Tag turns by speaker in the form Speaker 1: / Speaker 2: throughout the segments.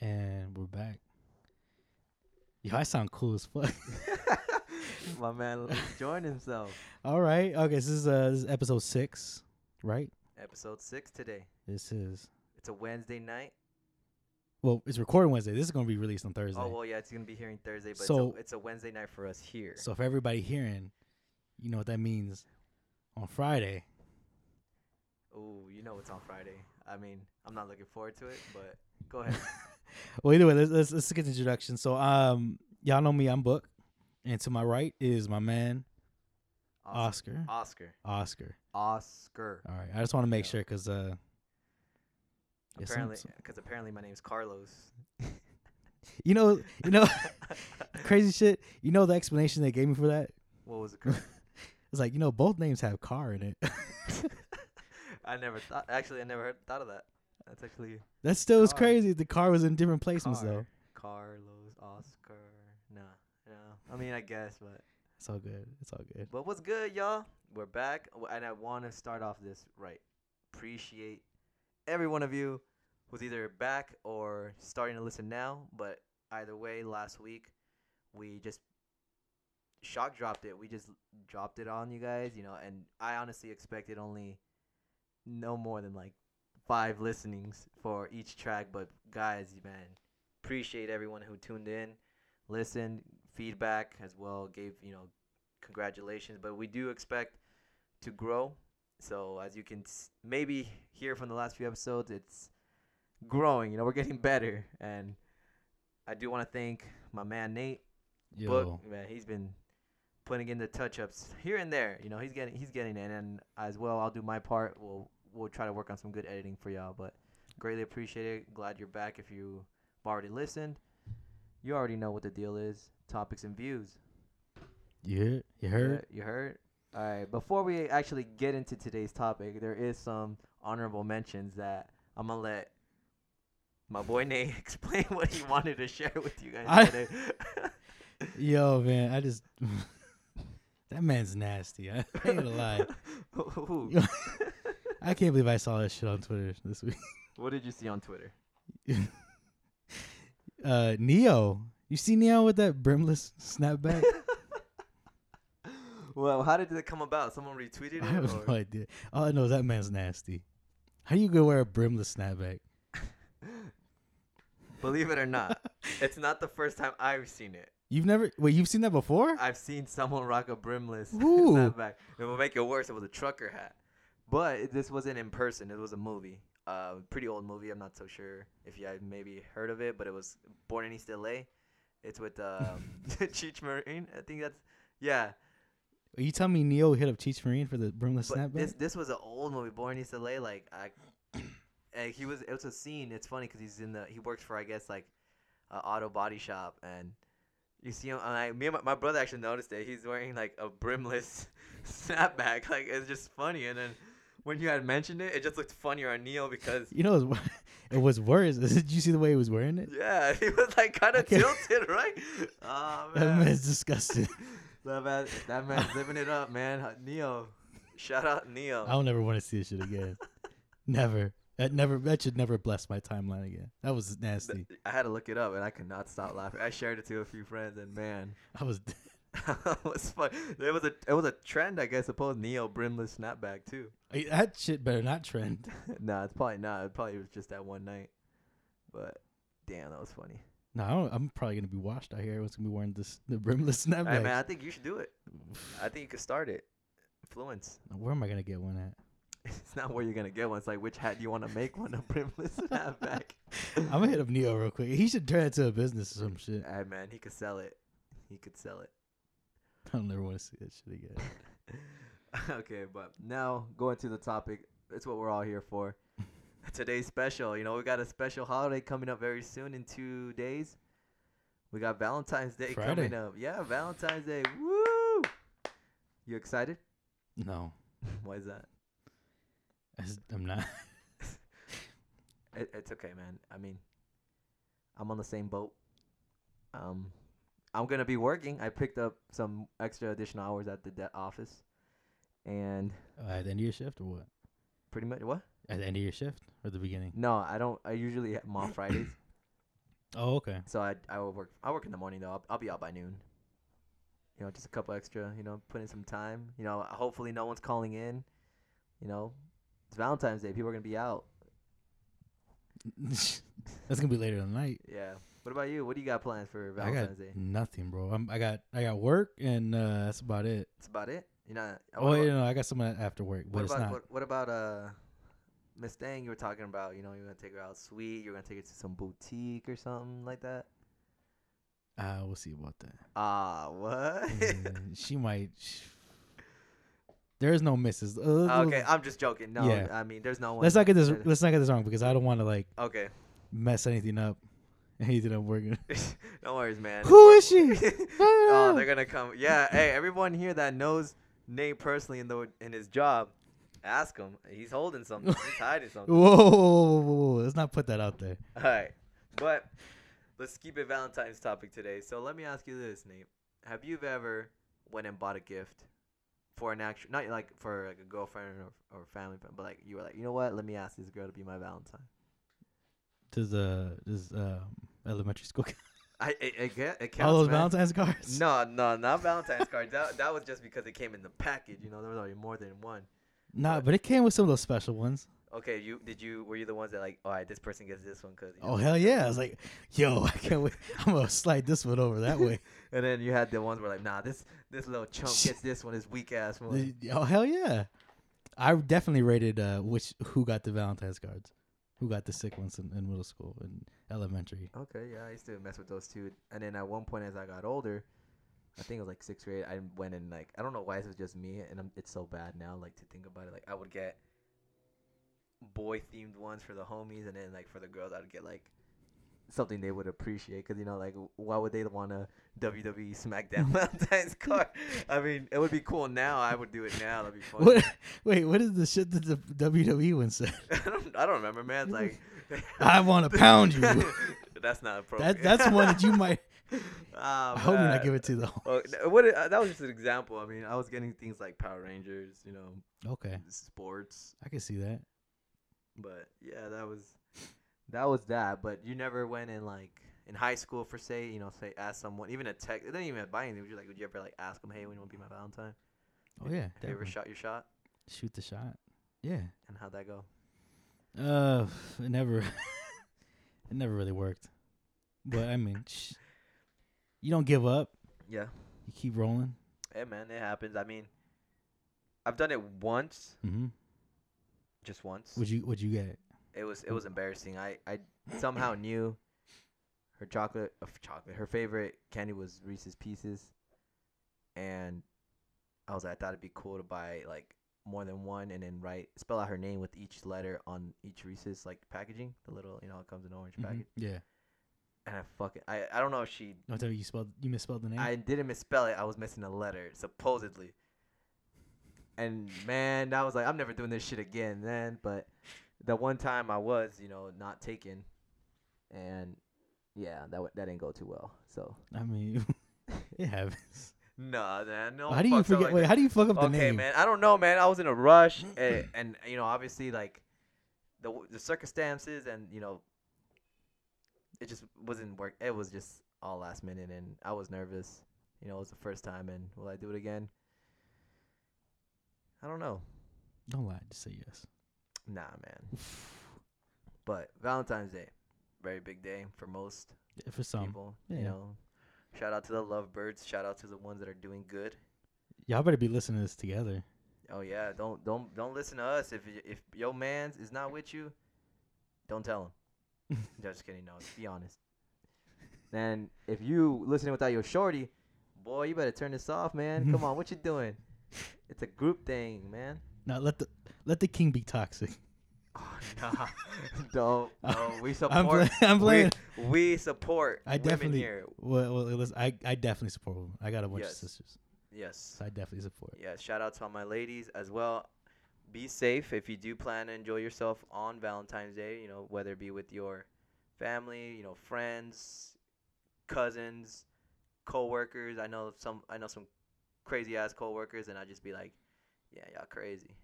Speaker 1: And we're back. Yo, I sound cool as fuck.
Speaker 2: My man joined himself.
Speaker 1: All right. Okay, so this is uh this is episode six, right?
Speaker 2: Episode six today.
Speaker 1: This is
Speaker 2: It's a Wednesday night.
Speaker 1: well, it's recording Wednesday. This is gonna be released on Thursday.
Speaker 2: Oh well, yeah, it's gonna be hearing Thursday, but
Speaker 1: So-
Speaker 2: it's, a, it's a Wednesday night for us here.
Speaker 1: So for everybody hearing, you know what that means. On Friday,
Speaker 2: oh, you know it's on Friday. I mean, I'm not looking forward to it, but go ahead.
Speaker 1: Well, either way, let's let's, let's get the introduction. So, um, y'all know me. I'm Book, and to my right is my man
Speaker 2: Oscar.
Speaker 1: Oscar.
Speaker 2: Oscar.
Speaker 1: Oscar.
Speaker 2: Oscar.
Speaker 1: All right. I just want to make
Speaker 2: Yeah.
Speaker 1: sure because uh, yeah, some-
Speaker 2: Apparently,
Speaker 1: some-
Speaker 2: because apparently my name's Carlos.
Speaker 1: you know, you know, crazy shit. You know the explanation they gave me for that?
Speaker 2: what was it? Carl?
Speaker 1: It's like you know both names have car in it.
Speaker 2: I never thought. Actually, I never heard, thought of that. That's actually
Speaker 1: that still is
Speaker 2: Car.
Speaker 1: crazy. The car was in different placements
Speaker 2: Car.
Speaker 1: though.
Speaker 2: Carlos Oscar. Nah, no. I mean, I guess, but
Speaker 1: It's all good. It's all good.
Speaker 2: But what's good, y'all? We're back, w- and I want to start off this right. Appreciate every one of you who's either back or starting to listen now. But either way, last week we just shock dropped it. We just dropped it on you guys, you know. And I honestly expected only no more than like five listenings for each track. But guys, man, appreciate everyone who tuned in, listened, feedback as well, gave you know congratulations. But we do expect to grow. So as you can s- maybe hear from the last few episodes, it's growing. You know, we're getting better, and I do want to thank my man Nate.
Speaker 1: Yo,
Speaker 2: Book man, he's been putting in the touch-ups here and there. You know, he's getting he's getting it, and as well, I'll do my part. We'll we'll try to work on some good editing for y'all. But greatly appreciate it. Glad you're back. If you've already listened, you already know what the deal is. Topics and views.
Speaker 1: you hear? You heard?
Speaker 2: Yeah, you heard? All right. Before we actually get into today's topic, there is some honorable mentions that I'm gonna let my boy Nate explain what he wanted to share with you guys
Speaker 1: I-
Speaker 2: today.
Speaker 1: Yo, man, I just that man's nasty. I ain't gonna lie.
Speaker 2: Ooh,
Speaker 1: Yo, I can't believe I saw that shit on Twitter this week.
Speaker 2: what did you see on Twitter?
Speaker 1: Uh, Neo, you see Neo with that brimless snapback?
Speaker 2: Well, how did it come about? Someone retweeted
Speaker 1: I
Speaker 2: it.
Speaker 1: have
Speaker 2: Or?
Speaker 1: no idea. All I know is that man's nasty. How you gonna wear a brimless snapback?
Speaker 2: Believe it or not, it's not the first time I've seen it.
Speaker 1: You've never wait, you've seen that before?
Speaker 2: I've seen someone rock a brimless
Speaker 1: Ooh.
Speaker 2: snapback. It will make it worse. It was a trucker hat, but it- this wasn't in person. It was a movie, uh, pretty old movie. I'm not so sure if you had maybe heard of it, but it was Born in East LA. It's with um, Cheech Marine. I think that's yeah.
Speaker 1: Are you telling me Neo hit up Cheech Marine for the brimless
Speaker 2: But
Speaker 1: snapback?
Speaker 2: this this was an old movie, Born in East LA. Like I, and he was. It was a scene. It's funny because he's in the. He works for I guess like, uh, auto body shop, and you see him. And I, me and my, my brother actually noticed it. He's wearing like a brimless snapback. Like it's just funny. And then when you had mentioned it, it just looked funnier on Neil because
Speaker 1: you know, it was, it was worse. Did you see the way he was wearing it?
Speaker 2: yeah, he was like kind of
Speaker 1: Okay.
Speaker 2: tilted, right? Oh
Speaker 1: That
Speaker 2: man,
Speaker 1: man's disgusting.
Speaker 2: that man, that man's living it up, man. Neo, shout out Neo.
Speaker 1: I'll never want to see this shit again. never. That never. That should never bless my timeline again. That was nasty.
Speaker 2: Th- I had to look it up and I could not stop laughing. I shared it to a few friends and man,
Speaker 1: I was.
Speaker 2: it was fun. There was a it was a trend, I guess. Suppose neo brimless snapback too.
Speaker 1: I- That shit better not trend.
Speaker 2: nah, it's probably not. It probably was just that one night. But damn, that was funny.
Speaker 1: No, I don't, I'm probably gonna be washed out here. Everyone's gonna be wearing this the brimless
Speaker 2: Hey,
Speaker 1: snapback.
Speaker 2: man, I think you should do it. I think you could start it. Influence.
Speaker 1: Where am I gonna get one at?
Speaker 2: It's not where you're gonna get one. It's like which hat do you want to make one a brimless snapback?
Speaker 1: I'm gonna hit up Neo real quick. He should turn it to a business or some shit.
Speaker 2: Hey man, he could sell it. He could sell it.
Speaker 1: I'll never want to see that shit again.
Speaker 2: okay, but now going to the topic. That's what we're all here for. Today's special. You know, we got a special holiday coming up very soon in two days. We got Valentine's Day
Speaker 1: Friday.
Speaker 2: coming up. Yeah, Valentine's Day. Woo! You excited?
Speaker 1: No,
Speaker 2: Why is that?
Speaker 1: I s- I'm not.
Speaker 2: It, it's okay, man. I mean, I'm on the same boat. Um, I'm gonna be working. I picked up some extra additional hours at the de- office, and
Speaker 1: Uh, at the end of your shift or what?
Speaker 2: pretty much what?
Speaker 1: At the end of your shift or the beginning?
Speaker 2: No, I don't. I usually am off Fridays.
Speaker 1: Oh, okay.
Speaker 2: So I I will work I work in the morning though. I'll, I'll be out by noon. You know, just a couple extra. You know, put in some time. You know, hopefully no one's calling in. You know, it's Valentine's Day. People are gonna be out.
Speaker 1: That's gonna be later tonight.
Speaker 2: Yeah. What about you? What do you got plans for
Speaker 1: I got
Speaker 2: Valentine's Day?
Speaker 1: nothing, bro. I'm, I got I got work, and uh, that's about it.
Speaker 2: That's about it. You know.
Speaker 1: Oh, yeah, no, I got some after work, but
Speaker 2: What
Speaker 1: it's
Speaker 2: about
Speaker 1: not.
Speaker 2: what, what about uh, Miss Dang? You were talking about. You know, you're gonna take her out sweet. You're gonna take her to some boutique or something like that.
Speaker 1: Uh, we'll see about that.
Speaker 2: Ah, what?
Speaker 1: Mm, she might. There is no misses. Uh,
Speaker 2: okay, I'm just joking. No,
Speaker 1: Yeah.
Speaker 2: I mean, there's no one.
Speaker 1: Let's not get this.
Speaker 2: there's-
Speaker 1: Let's not get this wrong because I don't want to like
Speaker 2: Okay,
Speaker 1: mess anything up. Anything up working.
Speaker 2: no worries, man.
Speaker 1: Who is she?
Speaker 2: oh, they're gonna come. Yeah, hey, everyone here that knows Nate personally in the in his job, ask him. He's holding something. He's hiding something.
Speaker 1: Whoa, whoa, whoa, whoa, whoa, let's not put that out there.
Speaker 2: All right, but let's keep it Valentine's topic today. So let me ask you this, Nate: Have you ever went and bought a gift for an actual, not like for like a girlfriend or, or family, friend, but like you were like, you know what? Let me ask this girl to be my Valentine.
Speaker 1: Does uh does um elementary school
Speaker 2: I it, it, ca- it counts,
Speaker 1: all those
Speaker 2: man.
Speaker 1: Valentine's cards?
Speaker 2: No, no, not Valentine's cards. That, that was just because it came in the package. You know, there was already more than one.
Speaker 1: nah, but it came with some of those special ones.
Speaker 2: Okay, you did you were you the ones that like, all right, this person gets this one because.
Speaker 1: Oh hell yeah! I was like, yo, I can't wait. I'm gonna slide this one over that way.
Speaker 2: And then you had the ones where like, nah, this this little chump gets this one, this weak ass one.
Speaker 1: oh hell yeah! I definitely rated uh which who got the Valentine's cards, who got the sick ones in, in middle school and elementary.
Speaker 2: Okay, yeah, I used to mess with those two. And then at one point, as I got older, I think it was like sixth grade, I went and like I don't know why this was just me, and I'm, it's so bad now. Like to think about it, like I would get boy themed ones for the homies, and then like for the girls, I'd get like something they would appreciate because you know like w- why would they want a WWE SmackDown Valentine's card? I mean, it would be cool now. I would do it now. That'd be fun.
Speaker 1: What? Wait, what is the shit that the WWE one said?
Speaker 2: I don't, I don't remember, man. It's like
Speaker 1: I want to pound you.
Speaker 2: that's not appropriate.
Speaker 1: That that's one that you might.
Speaker 2: Ah,
Speaker 1: I hope you're
Speaker 2: man.
Speaker 1: not giving it to the.
Speaker 2: Well, th- what it- uh, that was just an example. I mean, I was getting things like Power Rangers, you know,
Speaker 1: Okay,
Speaker 2: sports,
Speaker 1: I can see that.
Speaker 2: but yeah, that was that was that. But you never went in like in high school for say, you know, say ask someone, even a text. It didn't even buy anything. Would you like? Would you ever like ask them, hey, when you want to be my Valentine?
Speaker 1: Oh yeah,
Speaker 2: Have you ever
Speaker 1: definitely.
Speaker 2: shot your shot?
Speaker 1: shoot the shot. Yeah.
Speaker 2: And how'd that go?
Speaker 1: Uh, it never, it never really worked. But I mean, sh- you don't give up.
Speaker 2: Yeah,
Speaker 1: You keep rolling.
Speaker 2: hey man, it happens. I mean, I've done it once,
Speaker 1: Mm-hmm.
Speaker 2: just once.
Speaker 1: Would you? Would you get?
Speaker 2: it was it was embarrassing. I I somehow knew her chocolate uh, chocolate her favorite candy was Reese's Pieces, and I was like I thought it'd be cool to buy like more than one and then write spell out her name with each letter on each Reese's like packaging the little you know it comes in orange
Speaker 1: Mhm.
Speaker 2: package
Speaker 1: Yeah.
Speaker 2: and I fucking I I don't know if she
Speaker 1: Don't tell me you spelled. You misspelled the name.
Speaker 2: I didn't misspell it I was missing a letter supposedly. And man, I was like, I'm never doing this shit again, man. But the one time I was, you know, not taken, and yeah, that w- that didn't go too well. So
Speaker 1: I mean, it happens.
Speaker 2: nah, man, no.
Speaker 1: how do you
Speaker 2: fucks up
Speaker 1: forget?
Speaker 2: like
Speaker 1: wait,
Speaker 2: that.
Speaker 1: how do you fuck up the
Speaker 2: okay,
Speaker 1: name?
Speaker 2: man, I don't know, man. I was in a rush, and, and you know, obviously, like the w- the circumstances, and you know, it just wasn't work. It was just all last minute, and I was nervous. You know, it was the first time, and will I do it again? I don't know.
Speaker 1: Don't lie. Just say yes.
Speaker 2: Nah, man. But Valentine's Day, very big day for most
Speaker 1: Yeah, For some,
Speaker 2: people.
Speaker 1: yeah.
Speaker 2: You know, shout out to the lovebirds. Shout out to the ones that are doing good.
Speaker 1: y'all better be listening to this together.
Speaker 2: Oh yeah, don't don't don't listen to us. If y- if your man's is not with you, don't tell him. No, just kidding. No, be honest. And if you listening without your shorty, boy, you better turn this off, man. Come on, what you doing? It's a group thing, man.
Speaker 1: Now let the let the king be toxic.
Speaker 2: Oh, nah, don't. No, we support.
Speaker 1: I'm, play- I'm playing.
Speaker 2: We, we support.
Speaker 1: I definitely.
Speaker 2: women here.
Speaker 1: Well, well, listen. I I definitely support women. I got a bunch
Speaker 2: Yes.
Speaker 1: of sisters,
Speaker 2: Yes.
Speaker 1: so I definitely support.
Speaker 2: Yeah, shout out to all my ladies as well. Be safe if you do plan to enjoy yourself on Valentine's Day, you know, whether it be with your family, you know, friends, cousins, coworkers. I know some I know some crazy ass coworkers and I just be like, yeah, y'all crazy.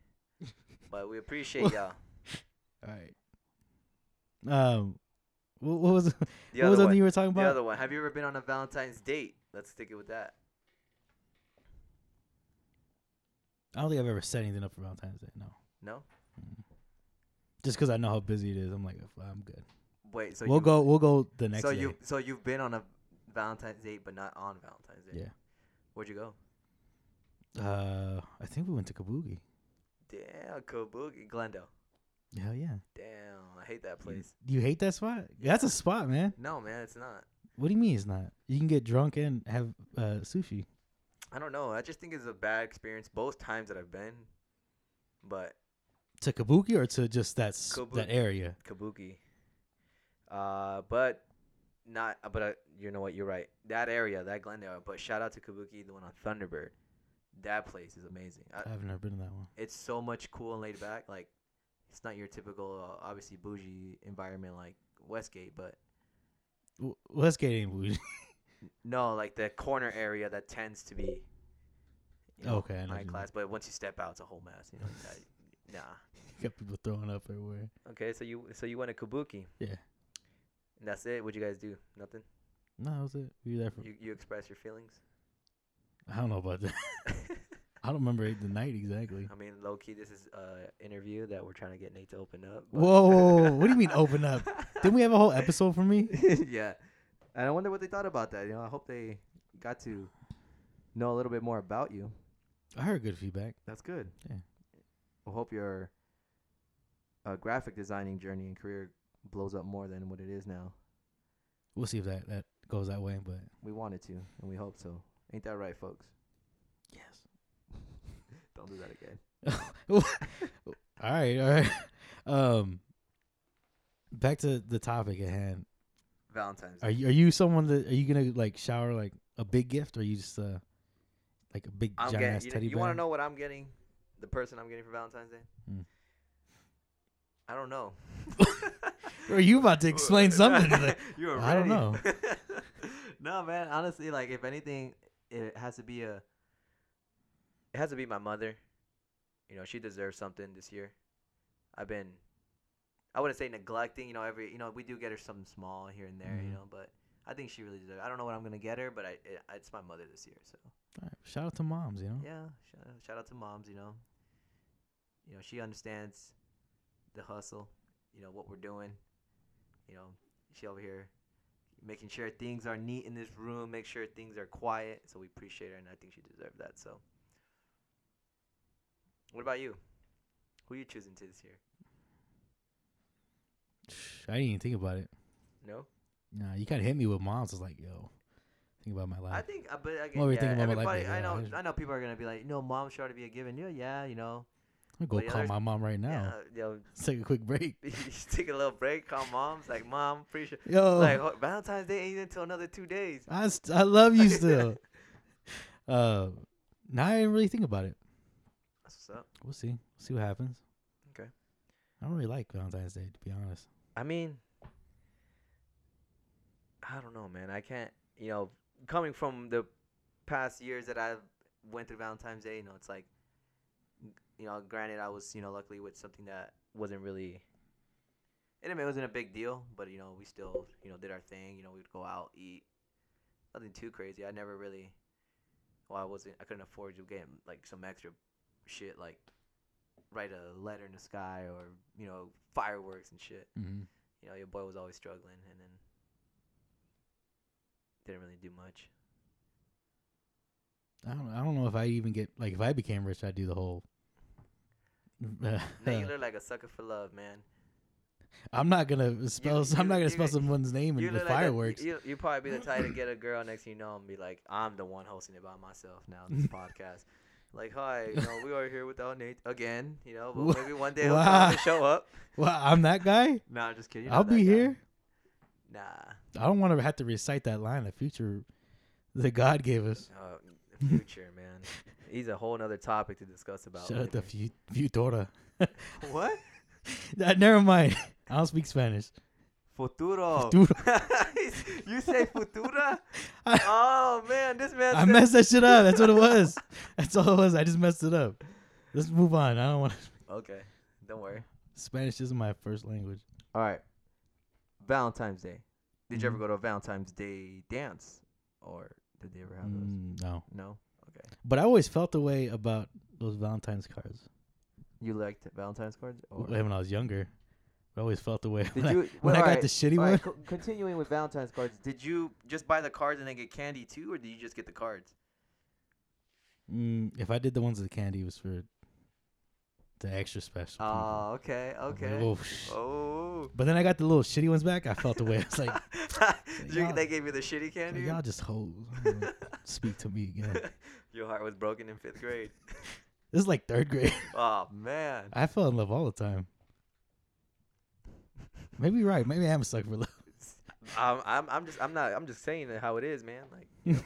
Speaker 2: but we appreciate y'all.
Speaker 1: All right. Um, What, what was
Speaker 2: The
Speaker 1: what was
Speaker 2: other
Speaker 1: the
Speaker 2: one.
Speaker 1: thing you were talking
Speaker 2: the
Speaker 1: about?
Speaker 2: other one. Have you ever been on a Valentine's date? Let's stick it with that.
Speaker 1: I don't think I've ever set anything up for Valentine's Day. No,
Speaker 2: No.
Speaker 1: just because I know how busy it is, I'm like, I'm good.
Speaker 2: Wait. So
Speaker 1: we'll
Speaker 2: you,
Speaker 1: go. We'll go the next
Speaker 2: so
Speaker 1: day.
Speaker 2: you so you've been on a Valentine's date, but not on Valentine's Day.
Speaker 1: Yeah.
Speaker 2: Where'd you go?
Speaker 1: uh, I think we went to Kabuki.
Speaker 2: Damn, Kabuki, Glendale.
Speaker 1: Hell yeah.
Speaker 2: Damn, I hate that
Speaker 1: You-
Speaker 2: place.
Speaker 1: You hate that spot? That's a spot, man.
Speaker 2: No, man, it's not.
Speaker 1: What do you mean it's not? You can get drunk and have uh, sushi.
Speaker 2: I don't know. I just think it's a bad experience both times that I've been. But
Speaker 1: To Kabuki or to just that s-
Speaker 2: Kabuki.
Speaker 1: that area?
Speaker 2: Kabuki. Uh, but not. But uh, you know what? You're right. That area, that Glendale. But shout out to Kabuki, the one on Thunderbird. That place is amazing. I,
Speaker 1: I've never been to that one.
Speaker 2: it's so much cool and laid back. Like, it's not your typical, uh, obviously bougie environment like Westgate, but
Speaker 1: W- Westgate ain't bougie.
Speaker 2: no, like the corner area that tends to be. You
Speaker 1: Okay, I know what
Speaker 2: high
Speaker 1: you mean.
Speaker 2: class. But once you step out, it's a whole mess. You know, that, nah.
Speaker 1: got people throwing up everywhere.
Speaker 2: Okay, so you so you went to Kabuki.
Speaker 1: Yeah.
Speaker 2: And that's it. What'd you guys do? Nothing.
Speaker 1: No, that was it. We were there for.
Speaker 2: You you express your feelings.
Speaker 1: I don't know about that. I don't remember the night exactly.
Speaker 2: I mean, low key, this is a interview that we're trying to get Nate to open up. but-
Speaker 1: Whoa, whoa, whoa, what do you mean open up? Didn't we have a whole episode for me?
Speaker 2: yeah, and I wonder what they thought about that. You know, I hope they got to know a little bit more about you.
Speaker 1: I heard good feedback.
Speaker 2: That's good.
Speaker 1: Yeah.
Speaker 2: I hope your uh, graphic designing journey and career blows up more than what it is now.
Speaker 1: We'll see if that that goes that way, but
Speaker 2: We want it to, and we hope so. Ain't that right, folks?
Speaker 1: yes.
Speaker 2: Don't do that again.
Speaker 1: All right, all right. Um, back to the topic at hand.
Speaker 2: Valentine's.
Speaker 1: Are you are you someone that are you gonna like shower like a big gift or you just uh like a big
Speaker 2: I'm
Speaker 1: giant ass
Speaker 2: getting. You,
Speaker 1: teddy bear?
Speaker 2: want to know what I'm getting? The person I'm getting for Valentine's Day?
Speaker 1: Hmm.
Speaker 2: I don't know.
Speaker 1: Are you about to explain something? to the-
Speaker 2: You're
Speaker 1: I don't know.
Speaker 2: no, man. Honestly, like if anything, it has to be a. It has to be my mother. You know, she deserves something this year. I've been, I wouldn't say neglecting. You know, every you know we do get her something small here and there.
Speaker 1: Mhm.
Speaker 2: You know, but I think she really deserves. I don't know what I'm gonna get her, but I it, it's my mother this year, so.
Speaker 1: All right, shout out to moms, you know.
Speaker 2: Yeah, shout out, shout out to moms. You know, you know she understands the hustle. You know what we're doing. You know she over here making sure things are neat in this room, make sure things are quiet. So we appreciate her, and I think she deserved that. So, what about you? Who you choosing to this year?
Speaker 1: I didn't even think about it.
Speaker 2: No,
Speaker 1: Nah, you kind of hit me with moms. I was like, yo, think about my
Speaker 2: I
Speaker 1: life.
Speaker 2: think, uh, but again,
Speaker 1: Well, we
Speaker 2: yeah,
Speaker 1: think about my life,
Speaker 2: everybody,
Speaker 1: but
Speaker 2: I
Speaker 1: yeah,
Speaker 2: know,
Speaker 1: there's-
Speaker 2: I know people are gonna be like, no, mom sure to be a given. Yeah, yeah, you know,
Speaker 1: I'm gonna
Speaker 2: but
Speaker 1: go
Speaker 2: yeah,
Speaker 1: call
Speaker 2: there's-
Speaker 1: my mom right now.
Speaker 2: yeah, you know,
Speaker 1: Let's take a quick break.
Speaker 2: you just take a little break, call mom's like, mom, appreciate.
Speaker 1: Yo,
Speaker 2: Like ho- Valentine's Day ain't until another two days.
Speaker 1: I, st- I love you still. uh, now I didn't really think about it.
Speaker 2: That's what's up.
Speaker 1: We'll see. We'll see what happens.
Speaker 2: Okay.
Speaker 1: I don't really like Valentine's Day, to be honest.
Speaker 2: I mean, I don't know, man. I can't. You know, coming from the past years that I've went through Valentine's Day, you know, it's like, you know, granted I was, you know, luckily with something that wasn't really. and I mean, It wasn't a big deal, but you know, we still, you know, did our thing. You know, we'd go out, eat, nothing too crazy. I never really, well, I wasn't, I couldn't afford to get like some extra shit, like write a letter in the sky or you know fireworks and shit
Speaker 1: Mm-hmm.
Speaker 2: you know, your boy was always struggling and then didn't really do much.
Speaker 1: I don't. I don't know if I even get like if I became rich, I'd do the whole.
Speaker 2: Now you look like a sucker for love, man.
Speaker 1: I'm not gonna spell. I'm
Speaker 2: you-
Speaker 1: not gonna
Speaker 2: you-
Speaker 1: spell someone's name
Speaker 2: You
Speaker 1: in the
Speaker 2: look like a-
Speaker 1: fireworks.
Speaker 2: you, you probably be the type to get a girl next thing you know and be like, I'm the one hosting it by myself now on this podcast. Like, hi, you know, we are here without Nate again, you know,
Speaker 1: Wha-
Speaker 2: but maybe one day he'll come
Speaker 1: Wow.
Speaker 2: and show up.
Speaker 1: well, I'm that guy.
Speaker 2: Nah, I'm just kidding. You're
Speaker 1: I'll
Speaker 2: not that
Speaker 1: be
Speaker 2: guy.
Speaker 1: here.
Speaker 2: Nah.
Speaker 1: I don't want to have to recite that line of future that God gave us.
Speaker 2: Uh, future, man. He's a whole nother topic to discuss about.
Speaker 1: Shut up, the
Speaker 2: later.
Speaker 1: fu- futura.
Speaker 2: what?
Speaker 1: Nah, Never mind. I don't speak Spanish.
Speaker 2: Futuro. you say futura?
Speaker 1: I-
Speaker 2: oh man, this man.
Speaker 1: I
Speaker 2: said-
Speaker 1: messed that shit up. That's what it was. That's all it was. I just messed it up. Let's move on. I don't want to.
Speaker 2: Okay, don't worry.
Speaker 1: Spanish isn't my first language.
Speaker 2: All right, Valentine's Day. Did you ever
Speaker 1: Mhm.
Speaker 2: go to a Valentine's Day dance, or did they ever have those?
Speaker 1: Mm, no,
Speaker 2: No,
Speaker 1: but I always felt the way about those Valentine's cards
Speaker 2: you liked Valentine's cards, or
Speaker 1: W- when I was younger. I always felt the way
Speaker 2: Oh, did
Speaker 1: when, I,
Speaker 2: you?
Speaker 1: when I
Speaker 2: well,
Speaker 1: got
Speaker 2: alright,
Speaker 1: the shitty one.
Speaker 2: alright, co- continuing with Valentine's cards, did you just buy the cards and then get candy too, or did you just get the cards?
Speaker 1: Mm, if I did the ones with the candy, it was for the extra special. people.
Speaker 2: Oh, okay,
Speaker 1: I was
Speaker 2: okay.
Speaker 1: like, Mm-hmm. "Oh, sh-"
Speaker 2: Oh.
Speaker 1: But then I got the little shitty ones back. I felt the way. I was like,
Speaker 2: You-
Speaker 1: "Y'all-
Speaker 2: they gave you the shitty candy.
Speaker 1: y'all just hoes. I don't wanna Speak to me again.
Speaker 2: Your heart was broken in fifth grade.
Speaker 1: This is like third grade.
Speaker 2: oh man.
Speaker 1: I fell in love all the time. Maybe you're right. Maybe I am a sucker for love.
Speaker 2: I'm, I'm I'm just I'm not I'm just saying it how it is, man. Like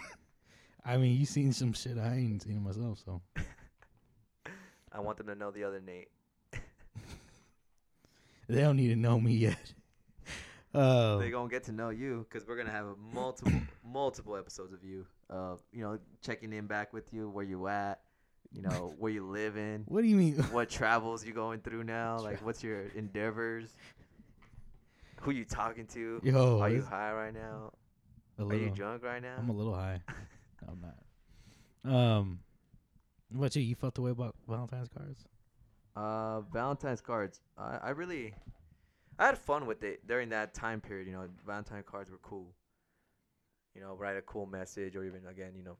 Speaker 1: I mean, you seen some shit I ain't seen myself. So
Speaker 2: I want them to know the other Nate.
Speaker 1: they don't need to know me yet. Uh,
Speaker 2: They're gonna get to know you because we're gonna have a multiple multiple episodes of you. Uh, you know, checking in back with you, where you at, you know, where you live in,
Speaker 1: what do you mean?
Speaker 2: what travels you going through now, like
Speaker 1: Tra-
Speaker 2: what's your endeavors, who you talking to,
Speaker 1: Yo,
Speaker 2: are you
Speaker 1: this-
Speaker 2: high right now,
Speaker 1: a
Speaker 2: are you
Speaker 1: little-
Speaker 2: drunk right now?
Speaker 1: I'm a little high. No, I'm not. Um, what you? You felt the way about Valentine's cards?
Speaker 2: Uh, Valentine's cards. I, I really, I had fun with it during that time period. You know, Valentine cards were cool. You know, write a cool message or even again, you know,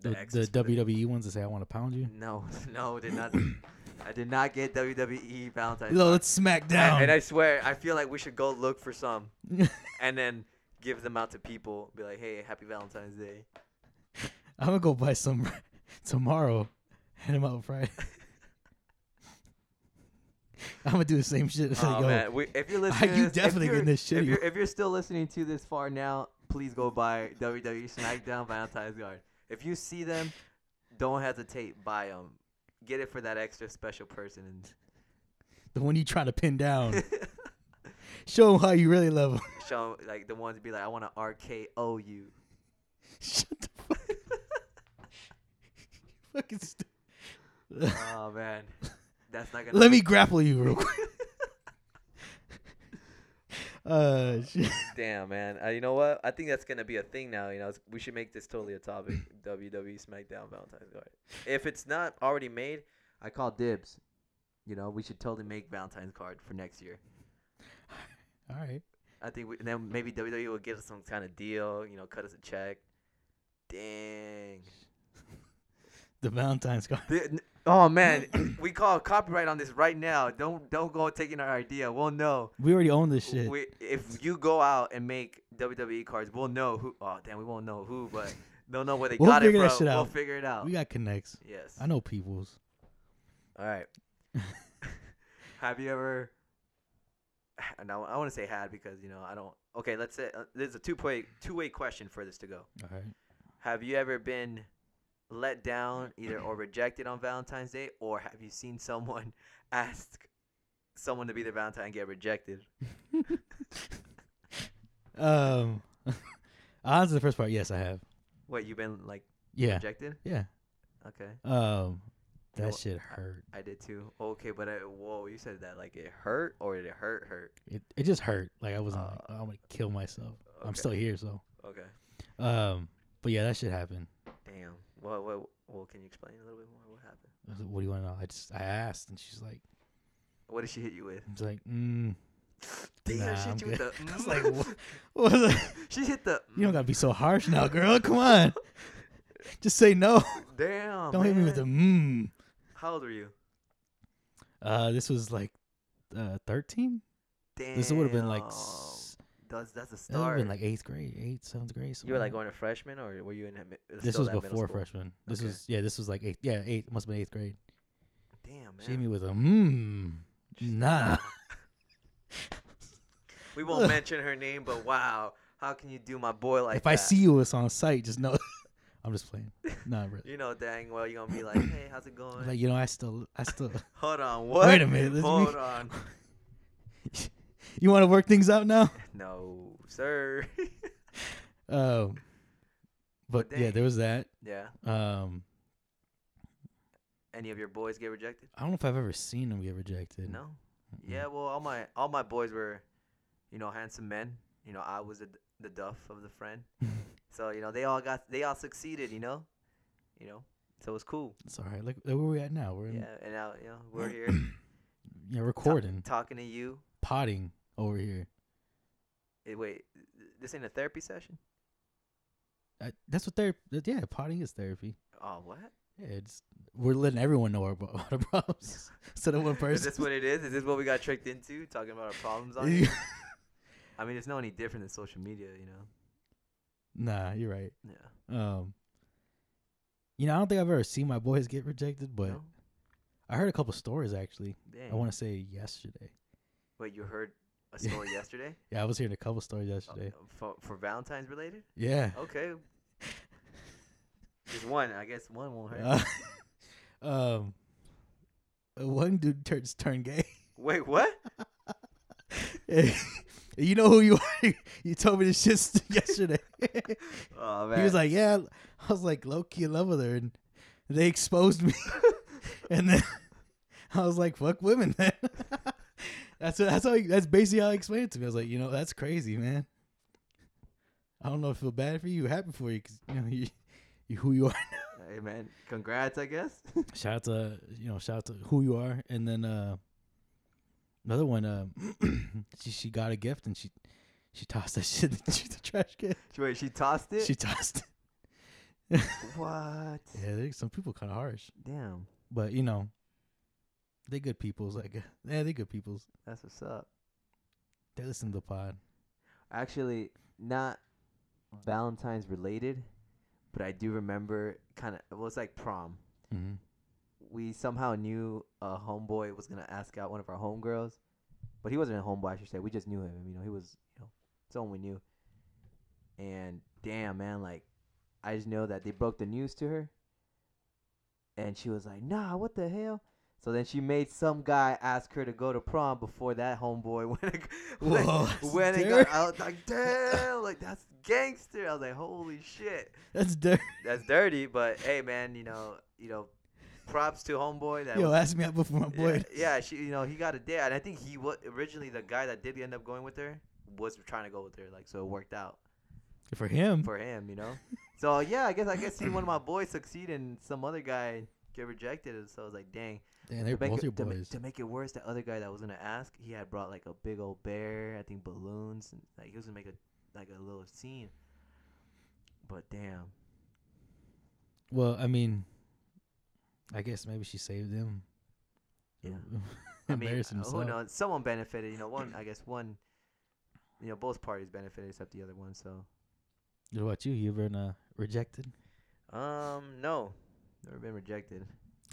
Speaker 1: The, the E?
Speaker 2: exes-
Speaker 1: WWE ones that say "I want to pound you."
Speaker 2: No, no, did not. I did not get WWE Valentine's.
Speaker 1: No,
Speaker 2: cards.
Speaker 1: let's smack
Speaker 2: And-
Speaker 1: down.
Speaker 2: and I swear, I feel like we should go look for some and then give them out to people. Be like, hey, happy Valentine's Day.
Speaker 1: I'm gonna go buy some tomorrow. Hand them out Friday. I'm gonna do the same shit. Like,
Speaker 2: Oh
Speaker 1: yo,
Speaker 2: man, we, if you're listening, to
Speaker 1: you
Speaker 2: this, if
Speaker 1: definitely
Speaker 2: you're-
Speaker 1: getting this shitty
Speaker 2: If you're, if you're still listening to this far now, please go buy WWE SmackDown Valentine's card. If you see them, don't hesitate, buy them. Get it for that extra special person.
Speaker 1: the one you trying to pin down.
Speaker 2: And
Speaker 1: Show them how you really love them.
Speaker 2: show 'em, like the ones be like, I want to RKO you.
Speaker 1: Shut the fuck. Fucking stu-
Speaker 2: Oh man, that's not gonna.
Speaker 1: Let me grapple you real quick. uh, shit.
Speaker 2: Damn man, uh, you know what? I think that's gonna be a thing now. You know, it's- we should make this totally a topic. WWE SmackDown Valentine's card. If it's not already made, I call dibs. You know, we should totally make Valentine's card for next year.
Speaker 1: All right.
Speaker 2: I think we, then maybe WWE will give us some kind of deal, you know, cut us a check. Dang.
Speaker 1: The Valentine's card.
Speaker 2: Th- n- Oh man, we call copyright on this right now. Don't don't go taking our idea. We'll know.
Speaker 1: We already own this shit.
Speaker 2: We, if you go out and make WWE cards, we'll know who. Oh damn, we won't know who, but they'll know where they
Speaker 1: We'll
Speaker 2: got it
Speaker 1: figure
Speaker 2: from.
Speaker 1: that shit
Speaker 2: We'll
Speaker 1: out.
Speaker 2: figure it out.
Speaker 1: We got connects.
Speaker 2: yes.
Speaker 1: I know peoples.
Speaker 2: All right. Have you ever? And I, want to say had because you know I don't. Okay, let's say uh, there's a two way two way question for this to go.
Speaker 1: All right.
Speaker 2: Have you ever been let down either or rejected on Valentine's Day or have you seen someone ask someone to be their Valentine and get rejected?
Speaker 1: Um, I'll answer the first part. Yes, I have.
Speaker 2: What, you've been like
Speaker 1: Yeah.
Speaker 2: rejected?
Speaker 1: Yeah.
Speaker 2: Okay.
Speaker 1: Um,
Speaker 2: know
Speaker 1: that
Speaker 2: what?
Speaker 1: shit hurt.
Speaker 2: I did too. Okay, but I, whoa, you said that like it hurt or did it hurt hurt?
Speaker 1: It it just hurt. Like I wasn't
Speaker 2: Uh,
Speaker 1: like "Oh, I'm gonna kill myself. I'm
Speaker 2: Okay.
Speaker 1: still here, so.
Speaker 2: Okay.
Speaker 1: Um, but yeah, that shit happened.
Speaker 2: Damn. What what well can you explain a little bit more what happened?
Speaker 1: I was like, what do you want to know? I just I asked, and she's like,
Speaker 2: What did she hit you with?
Speaker 1: it's like, mm.
Speaker 2: Damn,
Speaker 1: Nah,
Speaker 2: she
Speaker 1: I'm
Speaker 2: hit you with the
Speaker 1: good. I was like, "Wha- what was that?"
Speaker 2: She hit the
Speaker 1: you don't gotta be so harsh now, girl. Come on, just say no.
Speaker 2: Damn.
Speaker 1: don't hit me with the
Speaker 2: Oh, man.
Speaker 1: mmm.
Speaker 2: How old were you?
Speaker 1: Uh, this was like, uh, thirteen.
Speaker 2: Damn.
Speaker 1: This would have been like, s-
Speaker 2: that's that's a
Speaker 1: it would have
Speaker 2: start.
Speaker 1: been like eighth grade, eighth, seventh grade.
Speaker 2: You were like
Speaker 1: somewhere.
Speaker 2: going to freshman, or were you in? that mi- uh,
Speaker 1: This
Speaker 2: still
Speaker 1: was
Speaker 2: that middle
Speaker 1: before
Speaker 2: school?
Speaker 1: freshman. This
Speaker 2: Okay.
Speaker 1: was yeah. This was like eighth. Yeah, eighth must have been eighth grade.
Speaker 2: Damn, man.
Speaker 1: She hit me with a mmm. Nah.
Speaker 2: we won't mention her name, but wow, how can you do my boy like
Speaker 1: if
Speaker 2: that?
Speaker 1: I see you, it's on site. Just know. I'm just playing. Not really.
Speaker 2: you know, dang well, you're gonna be like, hey, how's it going?
Speaker 1: Like you know, I still, I still.
Speaker 2: Hold on, what?
Speaker 1: Wait a minute, let's be-
Speaker 2: Hold on.
Speaker 1: you want to work things out now?
Speaker 2: No, sir.
Speaker 1: Um, but yeah,
Speaker 2: dang.
Speaker 1: there was that.
Speaker 2: yeah.
Speaker 1: Um,
Speaker 2: Any of your boys get rejected?
Speaker 1: I don't know if I've ever seen him get rejected.
Speaker 2: No. Yeah. Well, all my all my boys were, you know, handsome men. You know, I was the, d- the duff of the friend. so you know, they all got they all succeeded. You know, you know, so it was cool.
Speaker 1: It's all right. Look, look where we at now. We're in,
Speaker 2: Yeah,
Speaker 1: yeah.
Speaker 2: and now you know we're here ta-
Speaker 1: recording,
Speaker 2: talking to you.
Speaker 1: potting over here.
Speaker 2: Eh, wait, th- this ain't a therapy session.
Speaker 1: I, that's what therapy. Yeah, potting is therapy.
Speaker 2: Oh, what?
Speaker 1: Yeah, it's we're letting everyone know our, about our problems instead of one person.
Speaker 2: Is this what it is? Is this what we got tricked into? Talking about our problems on
Speaker 1: You-
Speaker 2: here? I mean, it's no any different than social media, you know.
Speaker 1: nah, you're right.
Speaker 2: Yeah.
Speaker 1: Um, you know, I don't think I've ever seen my boys get rejected, but
Speaker 2: no?
Speaker 1: I heard a couple stories actually.
Speaker 2: Dang.
Speaker 1: I want to say yesterday.
Speaker 2: Wait, you heard a
Speaker 1: Yeah.
Speaker 2: story yesterday?
Speaker 1: Yeah, I was hearing a couple stories
Speaker 2: Uh,
Speaker 1: yesterday.
Speaker 2: for, for Valentine's related?
Speaker 1: Yeah.
Speaker 2: Okay. Just one, I guess one won't hurt.
Speaker 1: Uh, um, uh, one dude turns turned gay.
Speaker 2: Wait, what?
Speaker 1: you know who you are. you told me this shit yesterday.
Speaker 2: Oh man.
Speaker 1: he was like, "Yeah." I was like, "Low key in love with her," and they exposed me. and then I was like, "Fuck women." Then that's what, that's how he, that's basically how he explained it to me. I was like, "You know, that's crazy, man. I don't know if I feel bad for you, or happy for you, 'cause, you know you, you who you are."
Speaker 2: hey man, congrats, I guess.
Speaker 1: shout out to you know shout out to who you are and then uh another one uh she, she got a gift and she she tossed that shit into the trash can
Speaker 2: Wait, she tossed it.
Speaker 1: she tossed it
Speaker 2: what?
Speaker 1: yeah there's some people kind of harsh
Speaker 2: Damn,
Speaker 1: but you know they good peoples like yeah they good peoples
Speaker 2: that's what's up.
Speaker 1: they listen to the pod
Speaker 2: Actually, not Valentine's related, but I do remember kind of. Well, it was like prom.
Speaker 1: mm-hmm.
Speaker 2: we somehow knew a homeboy was gonna ask out one of our homegirls, but he wasn't a homeboy. I should say we just knew him. You know, he was you know someone we knew. And damn, man, like I just know that they broke the news to her, and she was like, "Nah, what the hell." So then she made some guy ask her to go to prom before that homeboy went when,
Speaker 1: Whoa,
Speaker 2: when it
Speaker 1: that's
Speaker 2: got out. Like damn, like that's gangster. I was like, "Holy shit."
Speaker 1: that's dirt
Speaker 2: that's dirty, but hey, man, you know, you know, props to homeboy. That
Speaker 1: yo
Speaker 2: was,
Speaker 1: ask me out before my boy
Speaker 2: Yeah, yeah, she, you know, he got a date, and I think he was originally the guy that did end up going with her was trying to go with her, like so it worked out
Speaker 1: for him
Speaker 2: for him, you know. so yeah, I guess I guess seeing one of my boys succeed and some other guy get rejected, and so I was like, dang.
Speaker 1: damn they're
Speaker 2: to, make
Speaker 1: both your
Speaker 2: it, to, ma-
Speaker 1: boys
Speaker 2: to make it worse, the other guy that was gonna ask, he had brought like a big old bear, I think balloons, and like he was gonna make a like a little scene. But damn,
Speaker 1: well I mean I guess maybe she saved him
Speaker 2: Yeah. I mean,
Speaker 1: embarrassing
Speaker 2: uh, who
Speaker 1: himself.
Speaker 2: knows? Someone benefited. You know, one. I guess one. You know, both parties benefited except the other one. So,
Speaker 1: What about you? You ever been uh, rejected?
Speaker 2: um, no, never been rejected.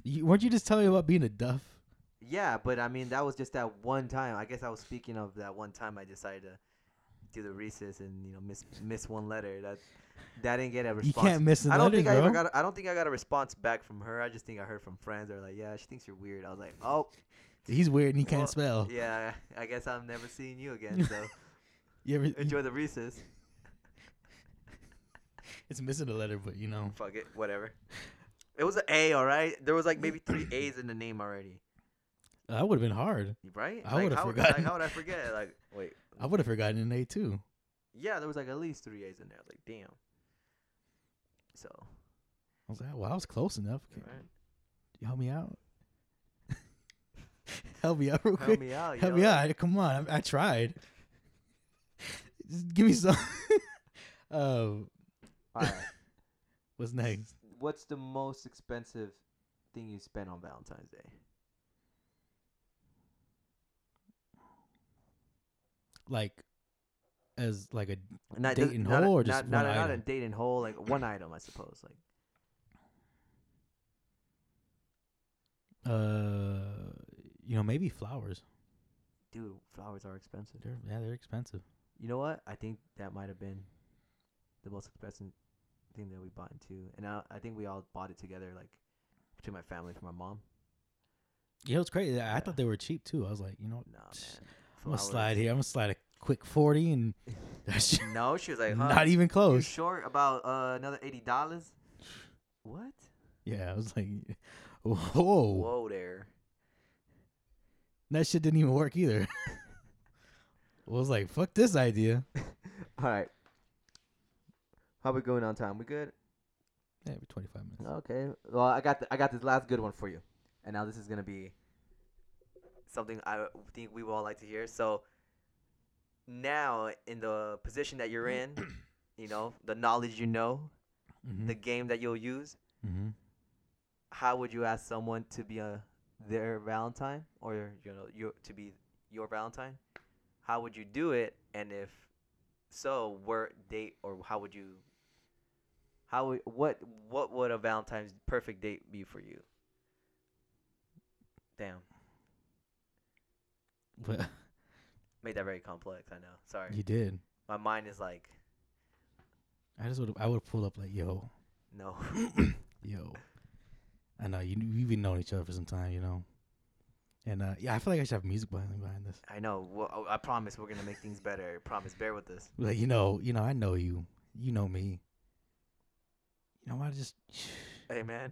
Speaker 1: You, weren't you just telling me about being a duff?
Speaker 2: Yeah, but I mean, that was just that one time. I guess I was speaking of that one time I decided to do the recess and you know miss miss one letter. That that didn't get a
Speaker 1: You
Speaker 2: response.
Speaker 1: can't miss the
Speaker 2: I don't
Speaker 1: letters,
Speaker 2: think I
Speaker 1: bro.
Speaker 2: ever got. A, I don't think I got a response back from her. I just think I heard from friends. They're like, "Yeah, she thinks you're weird." I was like, "Oh,
Speaker 1: He's weird and he can't
Speaker 2: Well,
Speaker 1: spell.
Speaker 2: yeah, I guess I'm never seeing you again." So
Speaker 1: You ever, you-
Speaker 2: enjoy the recess.
Speaker 1: it's missing a letter, but you know.
Speaker 2: Fuck it, whatever. It was an A, all right. There was like maybe three A's in the name already,
Speaker 1: That would have been hard.
Speaker 2: right?
Speaker 1: I
Speaker 2: Like,
Speaker 1: would've
Speaker 2: how would-
Speaker 1: forgotten.
Speaker 2: Like, how would I forget? Like, wait,
Speaker 1: I would have forgotten an A too.
Speaker 2: yeah, there was like at least three A's in there. Like, damn. So,
Speaker 1: I was like, "Oh, well, I was close enough. Can
Speaker 2: alright.
Speaker 1: you help me out? help me out real
Speaker 2: help
Speaker 1: quick.
Speaker 2: me out.
Speaker 1: Help
Speaker 2: yo.
Speaker 1: me out. Come on. I, I tried. Just give me some. Um,
Speaker 2: Alright.
Speaker 1: what's next?
Speaker 2: What's the most expensive thing you spent on Valentine's Day?
Speaker 1: Like, as like a
Speaker 2: Not
Speaker 1: Date
Speaker 2: does-
Speaker 1: and
Speaker 2: not a-
Speaker 1: hole or just
Speaker 2: not,
Speaker 1: one
Speaker 2: not a- not a
Speaker 1: item?
Speaker 2: date and whole, like one item, I suppose. Like,
Speaker 1: uh, you know, maybe flowers.
Speaker 2: dude, flowers are expensive.
Speaker 1: They're yeah, they're expensive.
Speaker 2: You know what? I think that might have been the most expensive thing that we bought into, and I, I think we all bought it together, like between my family for my mom.
Speaker 1: You know, it's crazy. I
Speaker 2: Yeah.
Speaker 1: thought they were cheap too. I was like, you know, what?
Speaker 2: Nah,
Speaker 1: Tch,
Speaker 2: man.
Speaker 1: I'm gonna
Speaker 2: Flowers.
Speaker 1: slide here. I'm gonna slide a quick forty, and that shit
Speaker 2: No, she was like, huh,
Speaker 1: not even
Speaker 2: you
Speaker 1: close.
Speaker 2: short about uh, another eighty dollars. What?
Speaker 1: yeah, I was like, whoa,
Speaker 2: Whoa there.
Speaker 1: that shit didn't even work either. was like, fuck this idea.
Speaker 2: All right. How we going on time? We good?
Speaker 1: Yeah, every 25 minutes.
Speaker 2: Okay. Well, I got the, I got this last good one for you, and now this is gonna be something I think we will all like to hear. So now, in the position that you're in, you know the knowledge you know,
Speaker 1: Mm-hmm.
Speaker 2: the game that you'll use.
Speaker 1: mm-hmm.
Speaker 2: How would you ask someone to be a their Valentine, or you know, your to be your Valentine? How would you do it, and if so, where date or how would you? How would, what what would a Valentine's perfect date be for you? Damn,
Speaker 1: But
Speaker 2: made that very complex. I know. Sorry,
Speaker 1: you did.
Speaker 2: my mind is like
Speaker 1: I just would I would pull up like, yo,
Speaker 2: no.
Speaker 1: yo. I know you. We've been knowing each other for some time, you know. And uh, yeah, I feel like I should have music behind behind this.
Speaker 2: I know. Well, I I promise we're gonna make things better. promise. Bear with us.
Speaker 1: Like you know, you know, I know you. You know me. You know, I just.
Speaker 2: Hey man,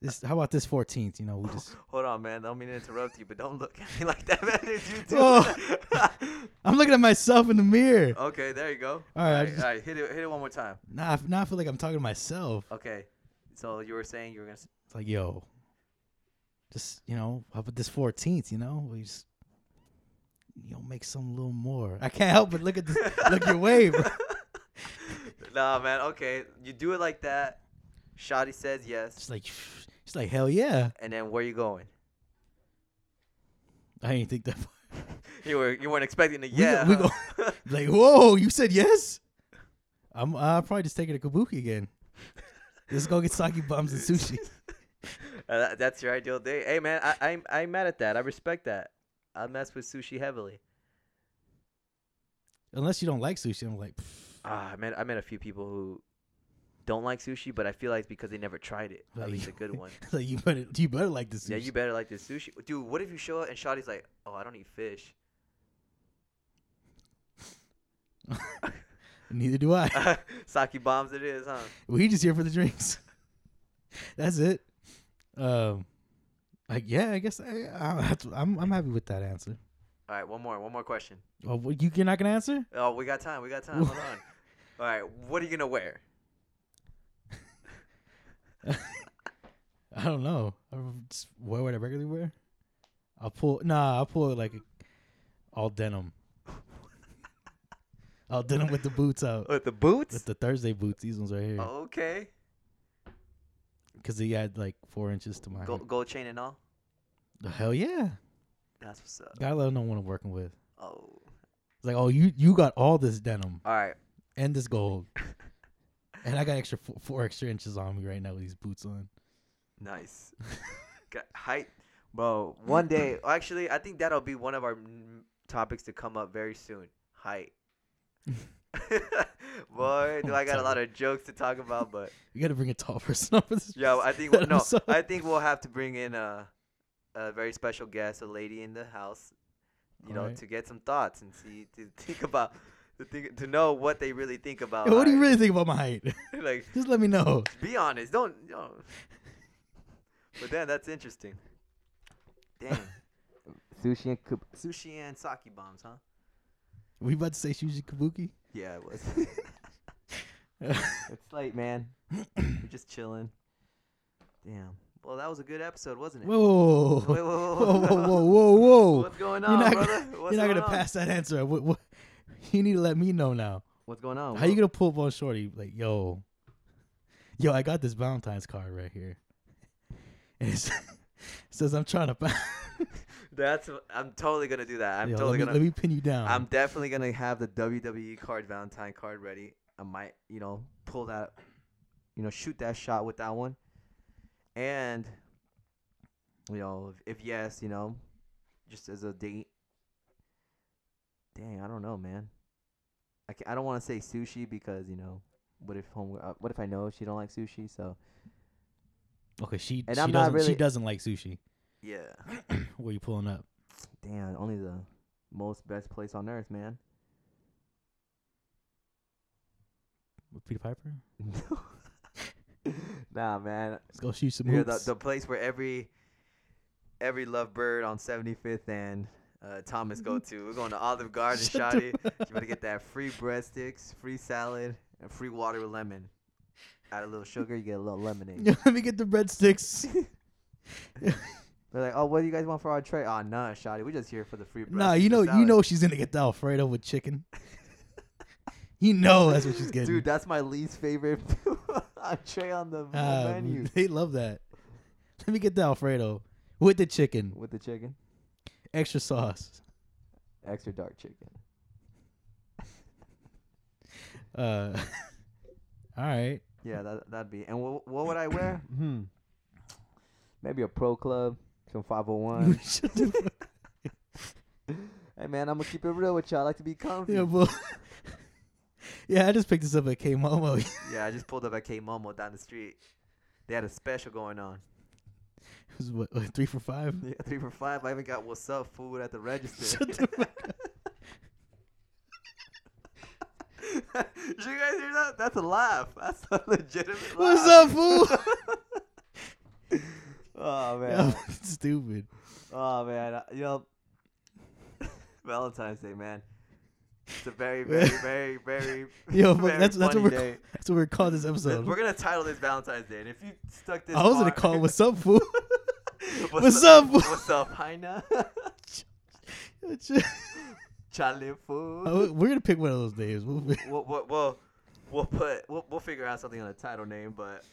Speaker 1: This, how about this 14th? You know, we just.
Speaker 2: hold on, man. I don't mean to interrupt you, but don't look at me like that, man. It's you too.
Speaker 1: Oh. I'm looking at myself in the mirror.
Speaker 2: okay, there you go.
Speaker 1: All right, I
Speaker 2: all right,
Speaker 1: just-
Speaker 2: all right, hit it, hit it one more time.
Speaker 1: Now, I f- now I feel like I'm talking to myself.
Speaker 2: Okay, so you were saying you were gonna. s-
Speaker 1: It's like, yo, just you know, how about this 14th? You know, we just you know make some little more. I can't help but look at this, look your way, bro.
Speaker 2: Nah, man. Okay, you do it like that. Shotty says yes,
Speaker 1: It's like, it's like hell yeah.
Speaker 2: and then where you going?
Speaker 1: I didn't think that.
Speaker 2: You were you weren't expecting a
Speaker 1: We go-
Speaker 2: yeah.
Speaker 1: we
Speaker 2: huh? Uh,
Speaker 1: Like, whoa, you said yes. I'm. I'll probably just take it to Kabuki again. Let's go get sake bombs and sushi.
Speaker 2: Uh, that- that's your ideal day. Hey man, I, I'm I'm mad at that. I respect that. I mess with sushi heavily.
Speaker 1: Unless you don't like sushi, I'm like, pff,
Speaker 2: Ah, I met I met a few people who don't like sushi, but I feel like it's because they never tried it. At
Speaker 1: Like-
Speaker 2: least a good one.
Speaker 1: like you better, you better like this. Sushi.
Speaker 2: Yeah, you better like this sushi, dude. What if you show up and Shotty's like, "Oh, I don't eat fish."
Speaker 1: Neither do I.
Speaker 2: Saki bombs it is, huh?
Speaker 1: We just here for the drinks. that's it. Um, like yeah, I guess I, I, that's, I'm I'm happy with that answer.
Speaker 2: All right, one more, one more question.
Speaker 1: Oh, what, you you're not gonna answer?
Speaker 2: Oh, we got time. We got time. Hold on. All right, what are you gonna wear?
Speaker 1: I don't know. I would just wear what I regularly wear. I'll pull. Nah, I'll pull like all denim. all denim with the boots out.
Speaker 2: With Uh, the boots?
Speaker 1: With the Thursday boots, these ones right
Speaker 2: Oh.
Speaker 1: here,
Speaker 2: okay.
Speaker 1: because they add like four inches to my.
Speaker 2: Gold, gold chain and all.
Speaker 1: height. Hell yeah,
Speaker 2: That's what's up.
Speaker 1: gotta let 'em know what I'm working with.
Speaker 2: Oh.
Speaker 1: It's like, oh, you you got all this denim.
Speaker 2: All right.
Speaker 1: and this gold. and I got extra four, four extra inches on me right now with these boots on.
Speaker 2: Nice. Got height, bro. One day, actually, I think that'll be one of our mm, topics to come up very soon. Height. Boy, do I got a lot of jokes to talk about, but
Speaker 1: You got to bring a tall person up for this.
Speaker 2: yeah, I think we'll, no,
Speaker 1: episode.
Speaker 2: I think we'll have to bring in a a very special guest, a lady in the house, you know,
Speaker 1: Alright.
Speaker 2: to get some thoughts and see to think about to think to know what they really think about.
Speaker 1: Yo, what do you
Speaker 2: height.
Speaker 1: really think about my height?
Speaker 2: like?
Speaker 1: Just let me know.
Speaker 2: Be honest. Don't. No. But then that's interesting. Damn. sushi and kab- sushi and sake bombs, huh?
Speaker 1: We about to say Shuji Kabuki?
Speaker 2: Yeah, it was. it's late, man. We're just chilling. Damn. Well, that was a good episode, wasn't it?
Speaker 1: Whoa.
Speaker 2: Wait, whoa,
Speaker 1: Whoa,
Speaker 2: whoa,
Speaker 1: whoa, whoa, whoa, whoa.
Speaker 2: What's going
Speaker 1: you're
Speaker 2: on,
Speaker 1: not,
Speaker 2: brother?
Speaker 1: gonna-
Speaker 2: What's
Speaker 1: you're not
Speaker 2: going
Speaker 1: gonna
Speaker 2: on?
Speaker 1: pass that answer. What, what, you need to let me know now.
Speaker 2: What's going on?
Speaker 1: How you gonna pull up on Shorty? Like, yo, yo, I got this Valentine's card right here, and it's, it says I'm trying to. pa-
Speaker 2: That's. I'm totally gonna do that. I'm
Speaker 1: Yo,
Speaker 2: totally
Speaker 1: let me,
Speaker 2: gonna.
Speaker 1: let me pin you down.
Speaker 2: I'm definitely gonna have the WWE card, Valentine card ready. I might, you know, pull that, you know, shoot that shot with that one, and, you know, if, if yes, you know, just as a date. Dang, I don't know, man. I can, I don't want to say sushi because you know, what if home? Uh, what if I know she don't like sushi? So
Speaker 1: Okay, she
Speaker 2: And
Speaker 1: she
Speaker 2: I'm not
Speaker 1: doesn't she
Speaker 2: really-
Speaker 1: doesn't like sushi.
Speaker 2: yeah,
Speaker 1: Where you pulling up?
Speaker 2: damn, only the most best place on earth, man.
Speaker 1: With Peter Piper?
Speaker 2: nah, man.
Speaker 1: Let's go shoot some
Speaker 2: Yeah,
Speaker 1: hoops.
Speaker 2: the, the place where every every lovebird on 75th and uh, Thomas go to. We're going to Olive Garden,
Speaker 1: Shut
Speaker 2: Shotty.
Speaker 1: the-
Speaker 2: You better get that free breadsticks, free salad, and free water with lemon. Add a little sugar, you get a little lemonade.
Speaker 1: Let me get the breadsticks.
Speaker 2: They're like, oh, what do you guys want for our tray? Oh, nah, Shotty, we're just here for the free breadsticks.
Speaker 1: nah, you
Speaker 2: and
Speaker 1: know, you
Speaker 2: salad."
Speaker 1: know she's gonna get the Alfredo with chicken. you know that's what she's getting.
Speaker 2: Dude, that's my least favorite tray on the the
Speaker 1: Ah,
Speaker 2: menu.
Speaker 1: They love that. Let me get the Alfredo with the chicken,
Speaker 2: With the chicken,
Speaker 1: extra sauce.
Speaker 2: extra dark chicken.
Speaker 1: Uh, all right.
Speaker 2: Yeah, that, that'd be. And what, what would I wear? hmm. Maybe a pro club, some 501.
Speaker 1: Shut the fuck
Speaker 2: hey, man, I'm going to keep it real with y'all. I like to be comfy.
Speaker 1: Yeah,
Speaker 2: Yeah,
Speaker 1: well, yeah, I just picked this up at K Momo. it
Speaker 2: I just pulled up at K Momo down the street. They had a special going on.
Speaker 1: was what, what, three for five.
Speaker 2: Yeah, three for five. I even got what's up food at the register.
Speaker 1: Shut the fuck
Speaker 2: Did you guys hear that? That's a laugh. That's a legitimate laugh.
Speaker 1: What's up, fool?
Speaker 2: oh man.
Speaker 1: That was stupid.
Speaker 2: Oh man. I- You know, Valentine's Day, man. It's a very, very, very, very,
Speaker 1: Yo, but
Speaker 2: very
Speaker 1: that's that's what
Speaker 2: funny
Speaker 1: we're
Speaker 2: day.
Speaker 1: that's what we're calling this
Speaker 2: Th-
Speaker 1: episode.
Speaker 2: We're gonna title this Valentine's Day, and if you stuck this,
Speaker 1: I was
Speaker 2: far-
Speaker 1: gonna call it what's up, fool.
Speaker 2: what's,
Speaker 1: What's
Speaker 2: up?
Speaker 1: up?
Speaker 2: What's up, Heina? Charlie food.
Speaker 1: Oh, we're gonna pick one of those days. We'll be-
Speaker 2: we'll, we'll, we'll, we'll put we'll, we'll figure out something on the title name, but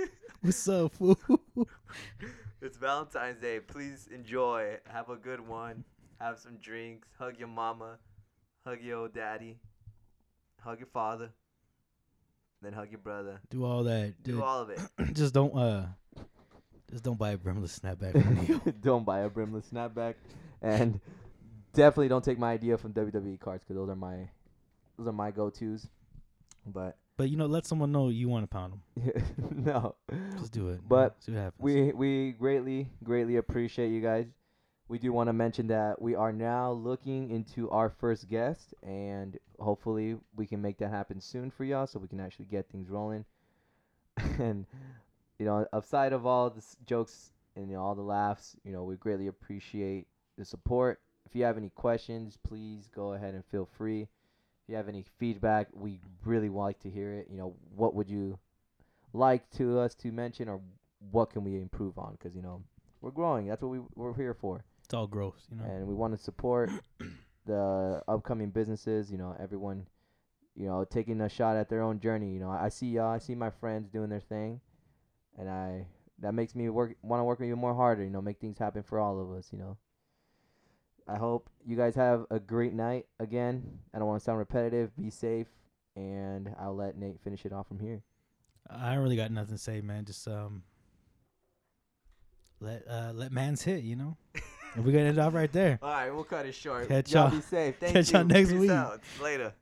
Speaker 1: What's up, fool?
Speaker 2: it's Valentine's Day. Please enjoy. Have a good one. Have some drinks. Hug your mama. Hug your old daddy. Hug your father. Then hug your brother.
Speaker 1: Do all that,
Speaker 2: Do
Speaker 1: dude.
Speaker 2: all of it.
Speaker 1: just don't uh, just don't buy a brimless snapback. from Neo.
Speaker 2: don't buy a brimless snapback, and definitely don't take my idea from WWE cards because those are my those are my go tos. But
Speaker 1: but you know, let someone know you want to pound them.
Speaker 2: no,
Speaker 1: Just do it.
Speaker 2: But
Speaker 1: see what happens.
Speaker 2: we we greatly greatly appreciate you guys. We do want to mention that we are now looking into our first guest, and hopefully we can make that happen soon for y'all, so we can actually get things rolling. and you know, outside of all the s- jokes and you know, all the laughs, you know, we greatly appreciate the support. If you have any questions, please go ahead and feel free. If you have any feedback, we really like to hear it. You know, what would you like to us to mention, or what can we improve on? Because you know, we're growing. That's what we we're here for,
Speaker 1: it's all gross, you know.
Speaker 2: and we want to support the upcoming businesses. You know, everyone, you know, taking a shot at their own journey. You know, I, I see y'all. I see my friends doing their thing, and I that makes me work want to work even more harder. You know, make things happen for all of us. You know. I hope you guys have a great night again. I don't want to sound repetitive. Be safe, and I'll let Nate finish it off from here.
Speaker 1: I don't really got nothing to say, man. Just um, let uh, let man's hit, you know. and we're gonna end off right there.
Speaker 2: All right, we'll cut it short.
Speaker 1: Catch
Speaker 2: y'all
Speaker 1: y'all-
Speaker 2: be safe. Thank
Speaker 1: catch
Speaker 2: you.
Speaker 1: y'all next
Speaker 2: Peace
Speaker 1: week.
Speaker 2: Out. Later.